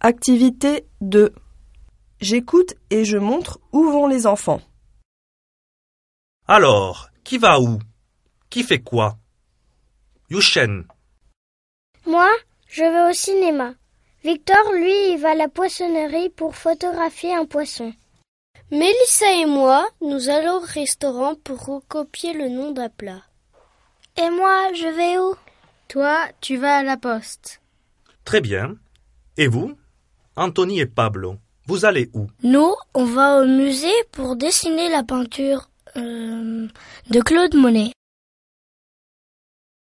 Activité deux J'écoute et je montre où vont les enfants. Alors, qui va où Qui fait quoi Yuchen, Moi, je vais au cinéma. Victor, lui, il va à la poissonnerie pour photographier un poisson. Mélissa et moi, nous allons au restaurant pour recopier le nom d'un plat. Et moi, je vais où Toi, tu vas à la poste. très bien. Et vous Anthony et Pablo, vous allez où Nous, on va au musée pour dessiner la peinture euh, de Claude Monet.